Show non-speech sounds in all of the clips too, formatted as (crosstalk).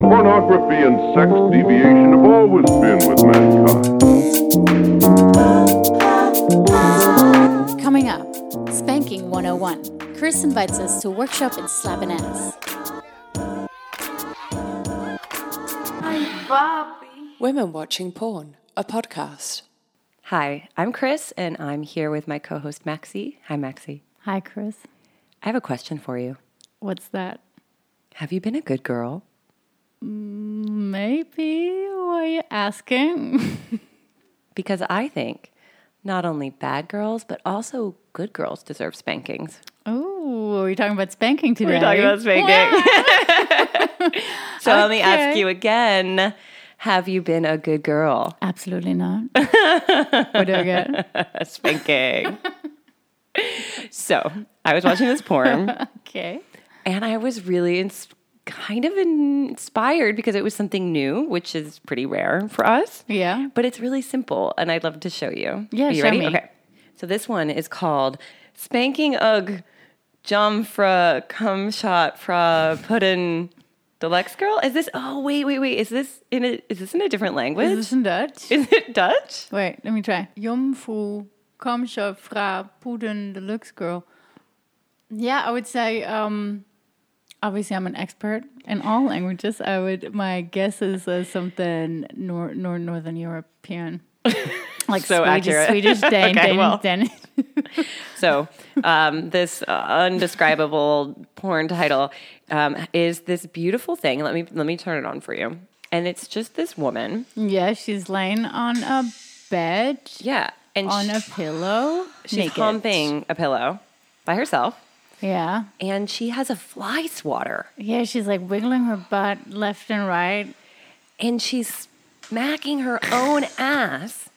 pornography and sex deviation have always been with mankind. Coming up, Spanking 101. Chris invites us to workshop in slapping ass. I'm Bobby. Women Watching Porn, a podcast. Hi, I'm Chris, and I'm here with my co host, Maxie. Hi, Maxie. Hi, Chris. I have a question for you. What's that? Have you been a good girl? Maybe. Why are you asking? because I think not only bad girls, but also good girls deserve spankings. Oh, are we talking about spanking today? We're talking about spanking. (laughs) so okay. let me ask you again. Have you been a good girl? Absolutely (laughs) not. what do I get? Spanking. (laughs) so I was watching this porn. okay. (laughs) And I was really ins- kind of inspired because it was something new, which is pretty rare for us. Yeah. But it's really simple, and I'd love to show you. Yeah, Are you show ready? me. Okay. So this one is called Spanking Ugh Jumfra Cum Shot Fra Puddin Deluxe Girl. Is this oh wait, wait, wait. Is this in a is this in a different language? Is this in (laughs) Dutch? Is it Dutch? Wait, let me try. Jomfru Cum Shot Fra Puddin Deluxe Girl. Yeah, I would say um, obviously I'm an expert in all languages. I would my guess is uh, something nor, nor (laughs) northern European. Like So Swedish, accurate. (laughs) Swedish, Dan, Okay, Dan, well. Danish. So, um, this uh, undescribable porn title um, is this beautiful thing. Let me let me turn it on for you. And it's just this woman. Yeah, she's laying on a bed, Yeah, and on a sh- pillow, she's naked. humping a pillow by herself, Yeah, and she has a fly swatter, yeah, she's like wiggling her butt left and right. and she's smacking her own ass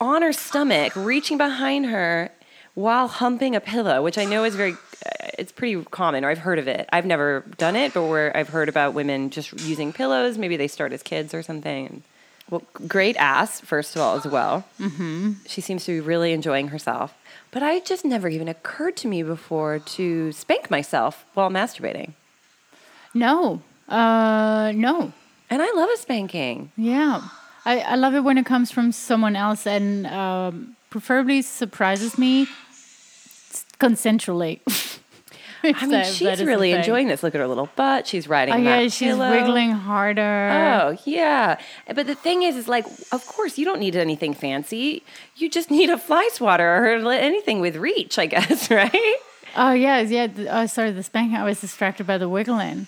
on her stomach, reaching behind her while humping a pillow, which I know is very. uh, It's pretty common, or I've heard of it. I've never done it, but where I've heard about women just using pillows, maybe they start as kids or something. Well, great ass, first of all, as well. She seems to be really enjoying herself. But I it just never even occurred to me before to spank myself while masturbating. No, uh, no, And I love a spanking. yeah, I, I love it when it comes from someone else and um, preferably surprises me s- consensually. (laughs) I mean, she's really enjoying this. Look at her little butt. She's riding Oh that yeah, she's pillow. wiggling harder. Oh, yeah. But the thing is, is like, of course, you don't need anything fancy. You just need a fly swatter or anything with reach, I (laughs) guess, right? Oh, yeah, yeah. th- Oh, sorry, the spanking. I was distracted by the wiggling.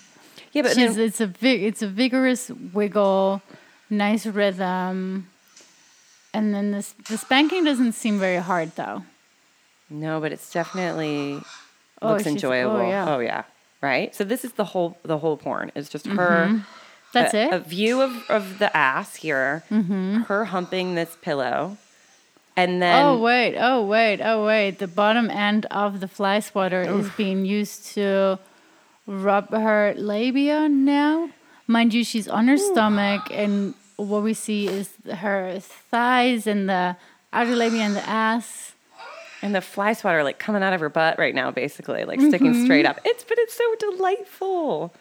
Yeah, but She's, then- it's a vi- it's a vigorous wiggle, nice rhythm, and then this the spanking doesn't seem very hard though. no, but it's definitely Oh, looks she's- enjoyable. oh, yeah. Right? So this is the whole the whole porn. It's just her Mm-hmm. That's a, it. Mm-hmm. a view of, of the ass here, her humping this pillow. And then oh wait, oh wait, oh wait. The bottom end of the fly swatter is being used to rub her labia now. Mind you, she's on her stomach, and what we see is her thighs and the outer labia and the ass. And the fly swatter like coming out of her butt right now, basically, like sticking Mm-hmm. straight up. It's but it's so delightful.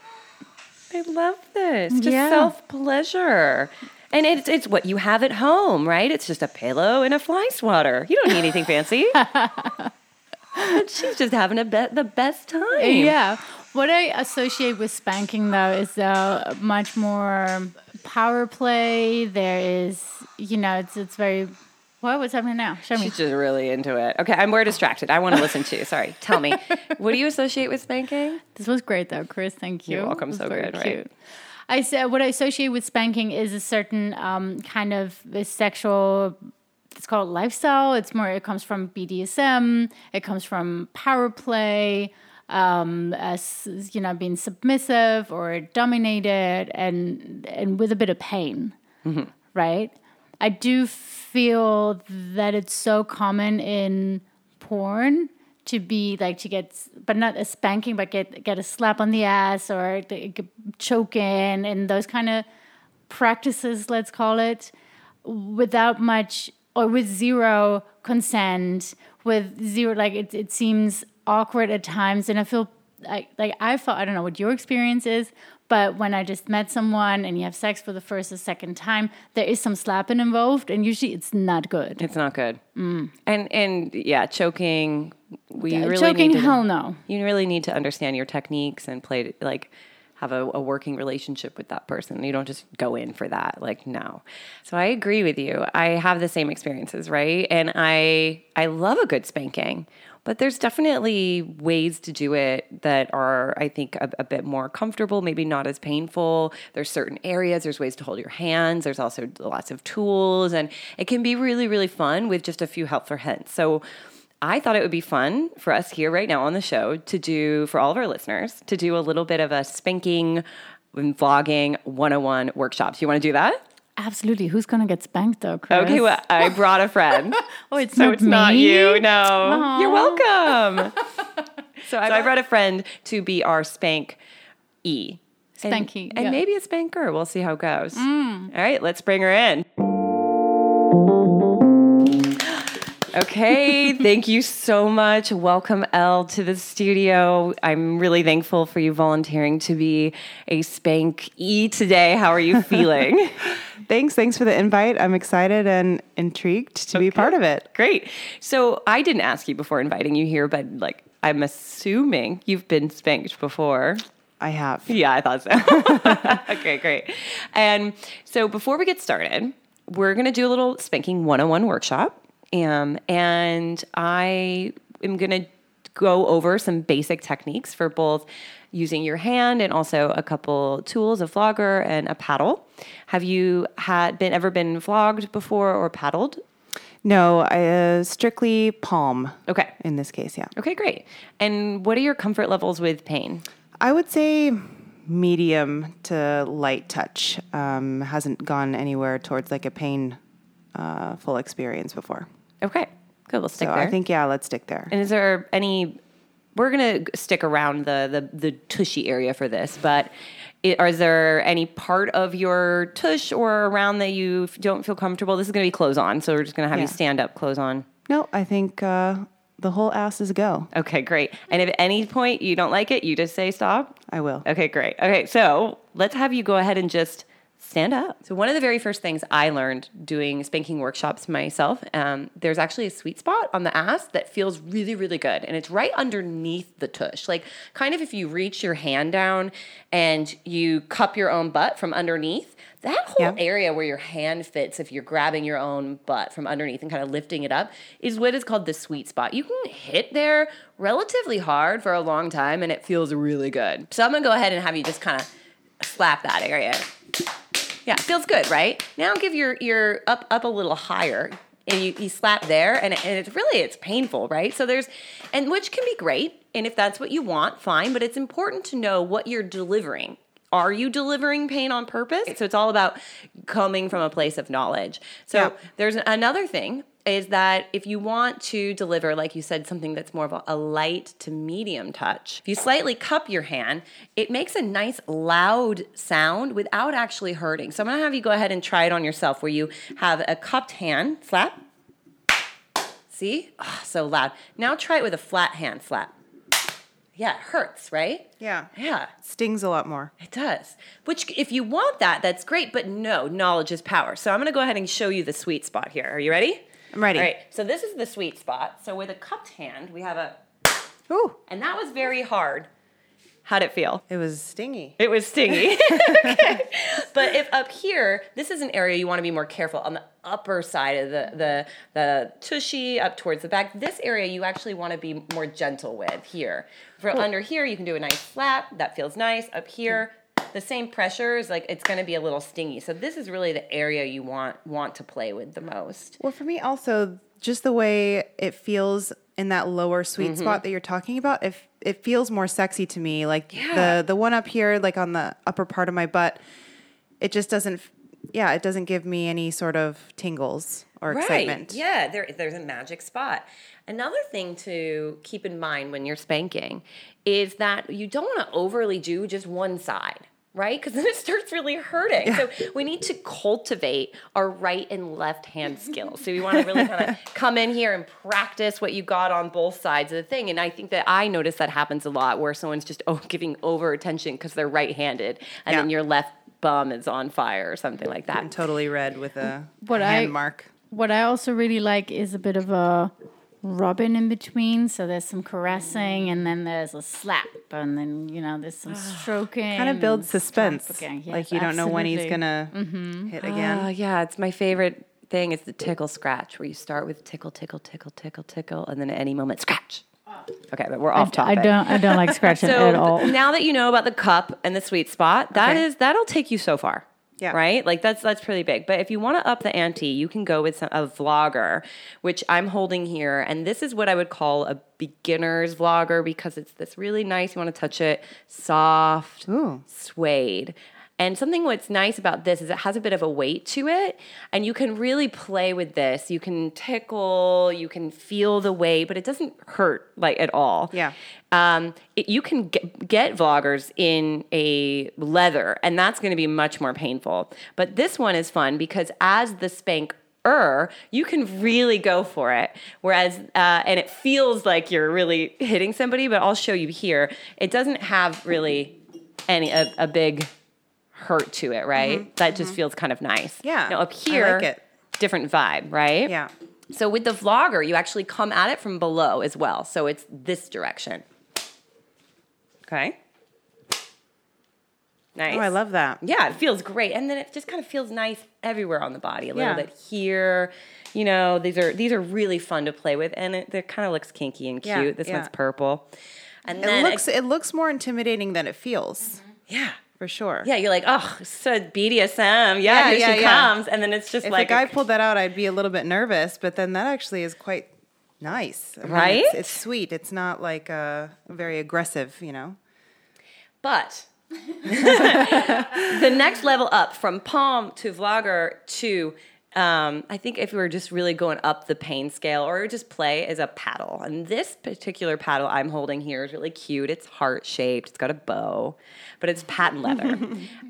I love this. Just Yeah. self pleasure. And it's it's what you have at home, right? It's just a pillow and a fly swatter. You don't need anything (laughs) fancy. But she's just having a be- the best time. Yeah. What I associate with spanking though is uh, much more power play. There is, you know, it's it's very. What was happening now? Show me. She's just really into it. Okay, I'm more distracted. I want to listen to you. Sorry. Tell me. What do you associate with spanking? This was great though, Chris. Thank you. You're welcome. It was So very good, right? I said what I associate with spanking is a certain um, kind of sexual. It's called lifestyle. It's more. It comes from BDSM. It comes from power play. Um, as you know, being submissive or dominated, and and with a bit of pain right? I do feel that it's so common in porn to be like to get, but not a spanking, but get get a slap on the ass or the- get choking and those kind of practices, let's call it, without much or with zero consent, with zero like it, it seems awkward at times, and I feel like like I felt I don't know what your experience is, But when I just met someone and you have sex for the first or second time, there is some slapping involved, and usually it's not good. It's not good. Mm. And and yeah, choking. We Uh, really Choking, need to, hell no. You really need to understand your techniques and play like have a, a working relationship with that person. You don't just go in for that. Like no. So I agree with you. I have the same experiences, right? And I I love a good spanking. But there's definitely ways to do it that are, I think, a, a bit more comfortable, maybe not as painful. There's certain areas, there's ways to hold your hands, there's also lots of tools, and it can be really, really fun with just a few helpful hints. So I thought it would be fun for us here right now on the show to do, for all of our listeners, to do a little bit of a spanking and vlogging 101 workshops. You want to do that? Absolutely. Who's going to get spanked though, Chris? Okay, well, I brought a friend. (laughs) oh, it's so not it's not me? you. No, Aw. you're welcome. (laughs) so, I, so I brought a friend to be our spank e, And- Spanky, and yeah. Mm. maybe a spanker. We'll see how it goes. All right, let's bring her in. (gasps) (laughs) Okay, thank you so much. Welcome, Elle, to the studio. I'm really thankful for you volunteering to be a spank e today. How are (laughs) you feeling? Thanks. Thanks for the invite. I'm excited and intrigued to be part of it. Great. So I didn't ask you before inviting you here, but like I'm assuming you've been spanked before. I have. Yeah, I thought so. (laughs) okay, great. And so before we get started, we're going to do a little spanking 101 workshop. Um, and I am going to go over some basic techniques for both using your hand and also a couple tools, a flogger and a paddle. Have you had been ever been flogged before or paddled? No, I, uh, strictly palm. Okay. In this case, yeah. Okay, great. And what are your comfort levels with pain? I would say medium to light touch. Um, hasn't gone anywhere towards like a pain uh, full experience before. Okay, good. We'll stick So there. I think yeah, let's stick there. And is there any? We're gonna g- stick around the the, the tushy area for this, but i are there any part of your tush or around that you f- don't feel comfortable? This is gonna be clothes on, so we're just gonna have you Yeah. stand up, clothes on. No, I think uh, the whole ass is a go. Okay, great. And if at any point you don't like it, you just say stop. I will. Okay, great. Okay, so let's have you go ahead and just stand up. So, one of the very first things I learned doing spanking workshops myself, um, there's actually a sweet spot on the ass that feels really, really good. And it's right underneath the tush. Like, kind of if you reach your hand down and you cup your own butt from underneath, that whole Yeah. area where your hand fits, if you're grabbing your own butt from underneath and kind of lifting it up, is what is called the sweet spot. You can hit there relatively hard for a long time and it feels really good. So I'm gonna go ahead and have you just kind of slap that area. Yeah, it feels good, right? Now give your your up up a little higher. And you, you slap there, and, it- and it's really it's painful, right? So there's, and which can be great, and if that's what you want, fine. But it's important to know what you're delivering. Are you delivering pain on purpose? So it's all about coming from a place of knowledge. So Yeah. there's another thing is that if you want to deliver, like you said, something that's more of a, a light to medium touch, if you slightly cup your hand, it makes a nice loud sound without actually hurting. So I'm gonna have you go ahead and try it on yourself where you have a cupped hand slap. See? Ah, so loud. Now try it with a flat hand slap. Yeah, it hurts, right? Yeah. Yeah. Stings a lot more. It does. Which, if you want that, that's great, but no, knowledge is power. So I'm going to go ahead and show you the sweet spot here. Are you ready? I'm ready. All right. So this is the sweet spot. So with a cupped hand, we have a, Ooh, and that was very hard. How'd it feel? it was stingy. It was stingy. (laughs) okay. But if up here, this is an area you want to be more careful on the upper side of the the the tushy up towards the back. This area you actually want to be more gentle with here. For under here, you can do a nice slap. That feels nice. Up here, the same pressure is like it's going to be a little stingy. So this is really the area you want want to play with the most. Well, for me also, just the way it feels in that lower sweet Mm-hmm. spot that you're talking about, if it feels more sexy to me, like Yeah. the the one up here, like on the upper part of my butt, it just doesn't. f- Yeah, it doesn't give me any sort of tingles or excitement. Yeah, there, there's a magic spot. Another thing to keep in mind when you're spanking is that you don't want to overly do just one side. right? Because (laughs) then it starts really hurting. So we need to cultivate our right and left hand skills. So we want to really kind (laughs) of come in here and practice what you got on both sides of the thing. And I think that I notice that happens a lot where someone's just oh, giving over attention because they're right handed and Yeah. then your left bum is on fire or something like that. Totally red with a What hand I- mark. What I also really like is a bit of a rubbing in between. So there's some caressing, and then there's a slap, and then you know there's some stroking. Kind of Mm. builds and suspense. Mm-hmm. stroking. Yes, like you don't know when he's absolutely. gonna hit again. Oh, yeah, it's my favorite thing. It's the tickle scratch where you start with tickle, tickle, tickle, tickle, tickle, and then at any moment, scratch. Okay, but we're off I topic. don't. I don't like (laughs) scratching So at all. now that you know about the cup and the sweet spot, that Okay. is- that'll take you so far. Yeah. Right? Like that's that's pretty big. But if you want to up the ante, you can go with some, a vlogger, which I'm holding here, and this is what I would call a beginner's vlogger because it's this really nice. You want to touch it, soft, suede. And something what's nice about this is it has a bit of a weight to it, and you can really play with this. You can tickle, you can feel the weight, but it doesn't hurt like at all Yeah. um, it, you can get, get vloggers in a leather, and that's going to be much more painful. But this one is fun because as the spanker, you can really go for it. Whereas, uh, and it feels like you're really hitting somebody, but I'll show you here. It doesn't have really any a, a big hurt to it, right? That just feels kind of nice. Mm-hmm. Yeah, Now up I like here, it. different vibe, right? Yeah. So with the vlogger, you actually come at it from below as well. So it's this direction. Okay. Nice. Oh, I love that. Yeah, it feels great, and then it just kind of feels nice everywhere on the body. A little Yeah. bit here, you know. These are these are really fun to play with, and it, it kind of looks kinky and cute. Yeah, this yeah. one's purple, and It then looks it looks more intimidating than it feels, yeah, for sure. yeah. You're like, oh, so BDSM. Yeah, Yeah, here yeah, she yeah. comes, and then it's just If like a guy pulled that out, I'd be a little bit nervous, but then that actually is quite nice. I mean, Right? It's, it's sweet. It's not like uh, very aggressive, you know? But (laughs) the next level up from palm to vlogger to um, I think if we were just really going up the pain scale or just play is a paddle. And this particular paddle I'm holding here is really cute. It's heart shaped, it's got a bow, but it's patent leather.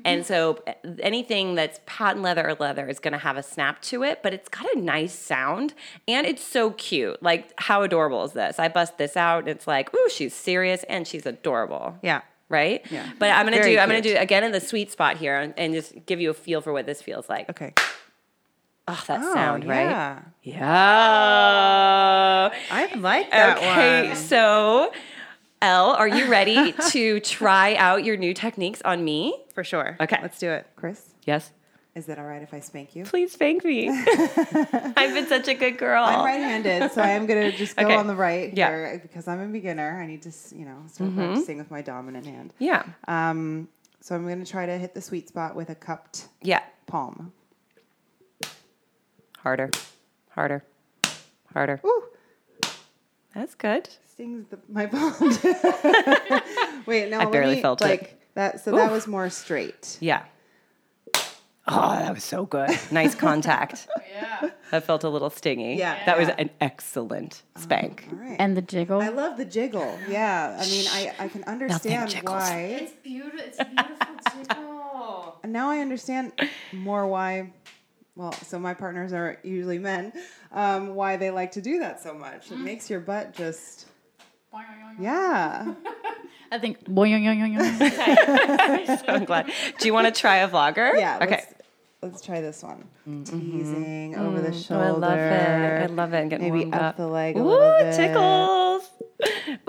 and so uh, anything that's patent leather or leather is gonna have a snap to it, but it's got a nice sound and it's so cute. Like, how adorable is this? I bust this out and it's like, ooh, she's serious and she's adorable Yeah. right? Yeah. But I'm gonna Very do I'm gonna cute. do again in the sweet spot here and, and just give you a feel for what this feels like. Okay. Oh, that Oh, sound, right? yeah. Yeah. I like that okay, one. so Elle, are you (laughs) ready to try out your new techniques on me? For sure. Okay. Let's do it. Chris, Yes. is it all right if I spank you? Please spank (laughs) me. I've been such a good girl. I'm right-handed, so I (laughs) am gonna just go Oh. Okay. on the right Yeah. Mm-hmm. here because I'm a beginner. I need to, s- you know, start practicing with my dominant hand. Yeah. Um, so I'm gonna try to hit the sweet spot with a cupped Yeah. palm. Harder. Harder. Harder. Ooh, That's good. stings the, my (laughs) palm. Wait, no, I barely felt it. like, That, so that was more straight. Yeah. Oh, that was so good. Nice contact. (laughs) yeah. That felt a little stingy. Yeah. Oh, That was Yeah. an excellent spank. All right. And the jiggle. I love the jiggle. Yeah, I mean, I, I can understand jiggles. why. it's beautiful. It's beautiful jiggle. Now I understand more why. Well, so my partners are usually men. Um, why they like to do that so much? It makes your butt just. (laughs) Yeah. I think. boing, yoing, yoing, yoing, yoing. (laughs) I'm glad. Do you want to try a vlogger? Yeah. Okay. Mm-hmm. Let's, let's try this one. Teasing over the Oh, shoulder. I love it. I love it. And getting Maybe warmed up up the leg a Ooh, little bit. tickles.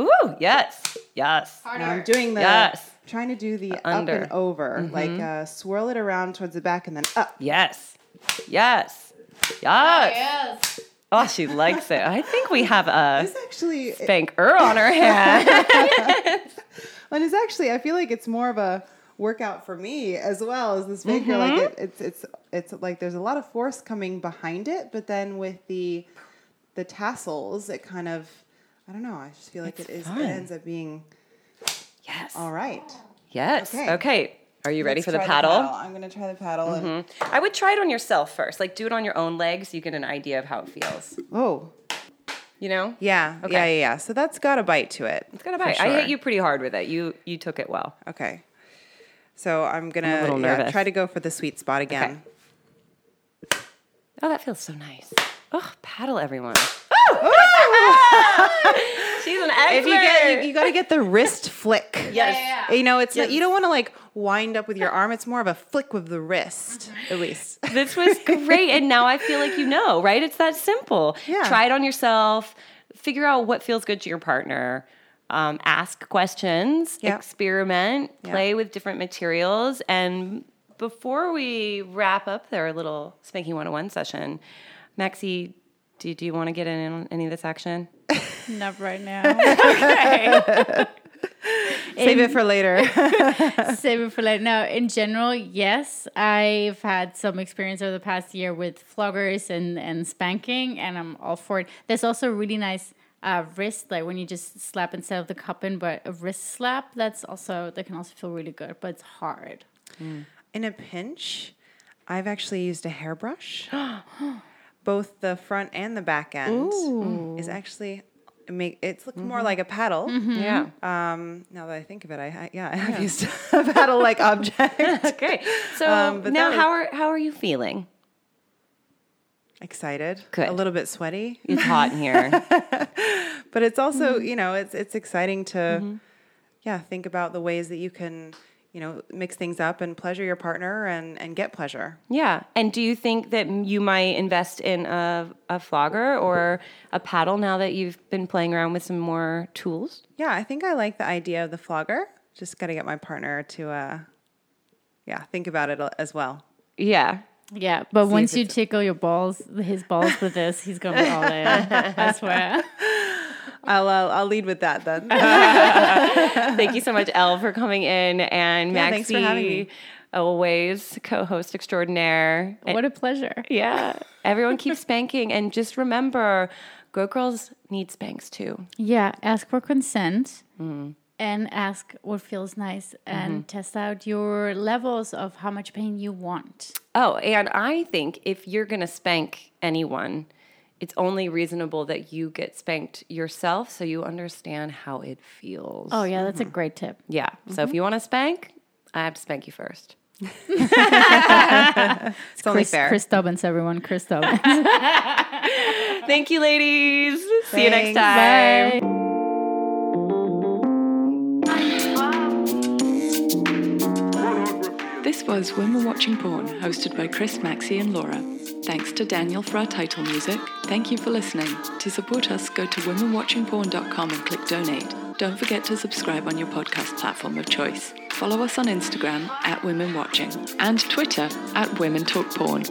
Ooh, yes. Yes. Now I'm doing the Yes. trying to do the under. Mm-hmm. up and over, like uh, swirl it around towards the back and then up. Yes. Yes. Yes. Oh, she likes it. I think we have a This actually, it- spanker on (laughs) her hand. and it's actually, I feel like it's more of a workout for me as well as this figure. Mm-hmm. Like it, it's it's it's like there's a lot of force coming behind it, but then with the the tassels, it kind of, I don't know. I just feel like it is. fun. It ends up being Yes. all right. Yes. Okay. Okay. Are you ready Let's for the try paddle? Mm-hmm. I'm gonna try the paddle. And, I would try it on yourself first. Like do it on your own leg so you get an idea of how it feels. oh. You know? Yeah, Okay. yeah, yeah, yeah. So that's got a bite to it. It's got a bite. I hit you pretty hard with it. You you took it well. Okay. So I'm gonna little yeah, nervous. try to go for the sweet spot again. Oh, that feels so nice. Oh, paddle (laughs) everyone. She's an expert. If you get, you, you got to get the wrist flick. yes. You know, it's not, you don't want to like wind up with your arm. It's more of a flick with the wrist, at least. This (laughs) was great. and now I feel like you know, right? It's that simple. Yeah. Try it on yourself, figure out what feels good to your partner, um, ask questions, Yeah. experiment, Yeah. play with different materials. And before we wrap up their little Spanking 101 session, Maxie, do, do you want to get in on any of this action? (laughs) Not right (laughs) now. Save it for later. (laughs) Save it for later. No, in general, yes, I've had some experience over the past year with floggers and, and spanking, and I'm all for it. There's also a really nice uh, wrist, like when you just slap instead of the cupping, but a wrist slap. That's also that can also feel really good, but it's hard. In a pinch, I've actually used a hairbrush. Both the front and the back end is actually it make it's look more like a paddle. Yeah. (laughs) Um, now that I think of it, I, I yeah (laughs) I have used a paddle (laughs) like object. (laughs) Okay. So Um, but now that how are how are you feeling? Excited, Good. a little bit sweaty, It's hot in (laughs) here. but it's also you know it's it's exciting to yeah think about the ways that you can you know mix things up and pleasure your partner and and get pleasure. yeah. And do you think that you might invest in a, a flogger or a paddle now that you've been playing around with some more tools? Yeah, I think I like the idea of the flogger. Just got to get my partner to, uh, yeah, think about it as well. Yeah. Yeah, but once you tickle your balls, his balls with this, he's gonna be all in. (laughs) I swear. I'll I'll, I'll lead with that then. Thank you so much, Elle, for coming in and Yeah, thanks Maxie, for having me. always co-host extraordinaire. And- What a pleasure. yeah. (laughs) Everyone keeps spanking and just remember, go girls need spanks too. Yeah, ask for consent and ask what feels nice and test out your levels of how much pain you want. Oh, and I think if you're going to spank anyone, it's only reasonable that you get spanked yourself so you understand how it feels. Oh, yeah, that's a great tip. yeah. So if you want to spank, I have to spank you first. It's only fair. Chris Dobbins, everyone. Chris Dobbins. Thank you, ladies. See you next Thanks. time. This was Women Watching Porn, hosted by Chris Maxey and Laura. Thanks to Daniel for our title music. Thank you for listening. To support us, go to womenwatchingporn.com and click donate. Don't forget to subscribe on your podcast platform of choice. Follow us on Instagram at Women Watching and Twitter at Women Talk Porn.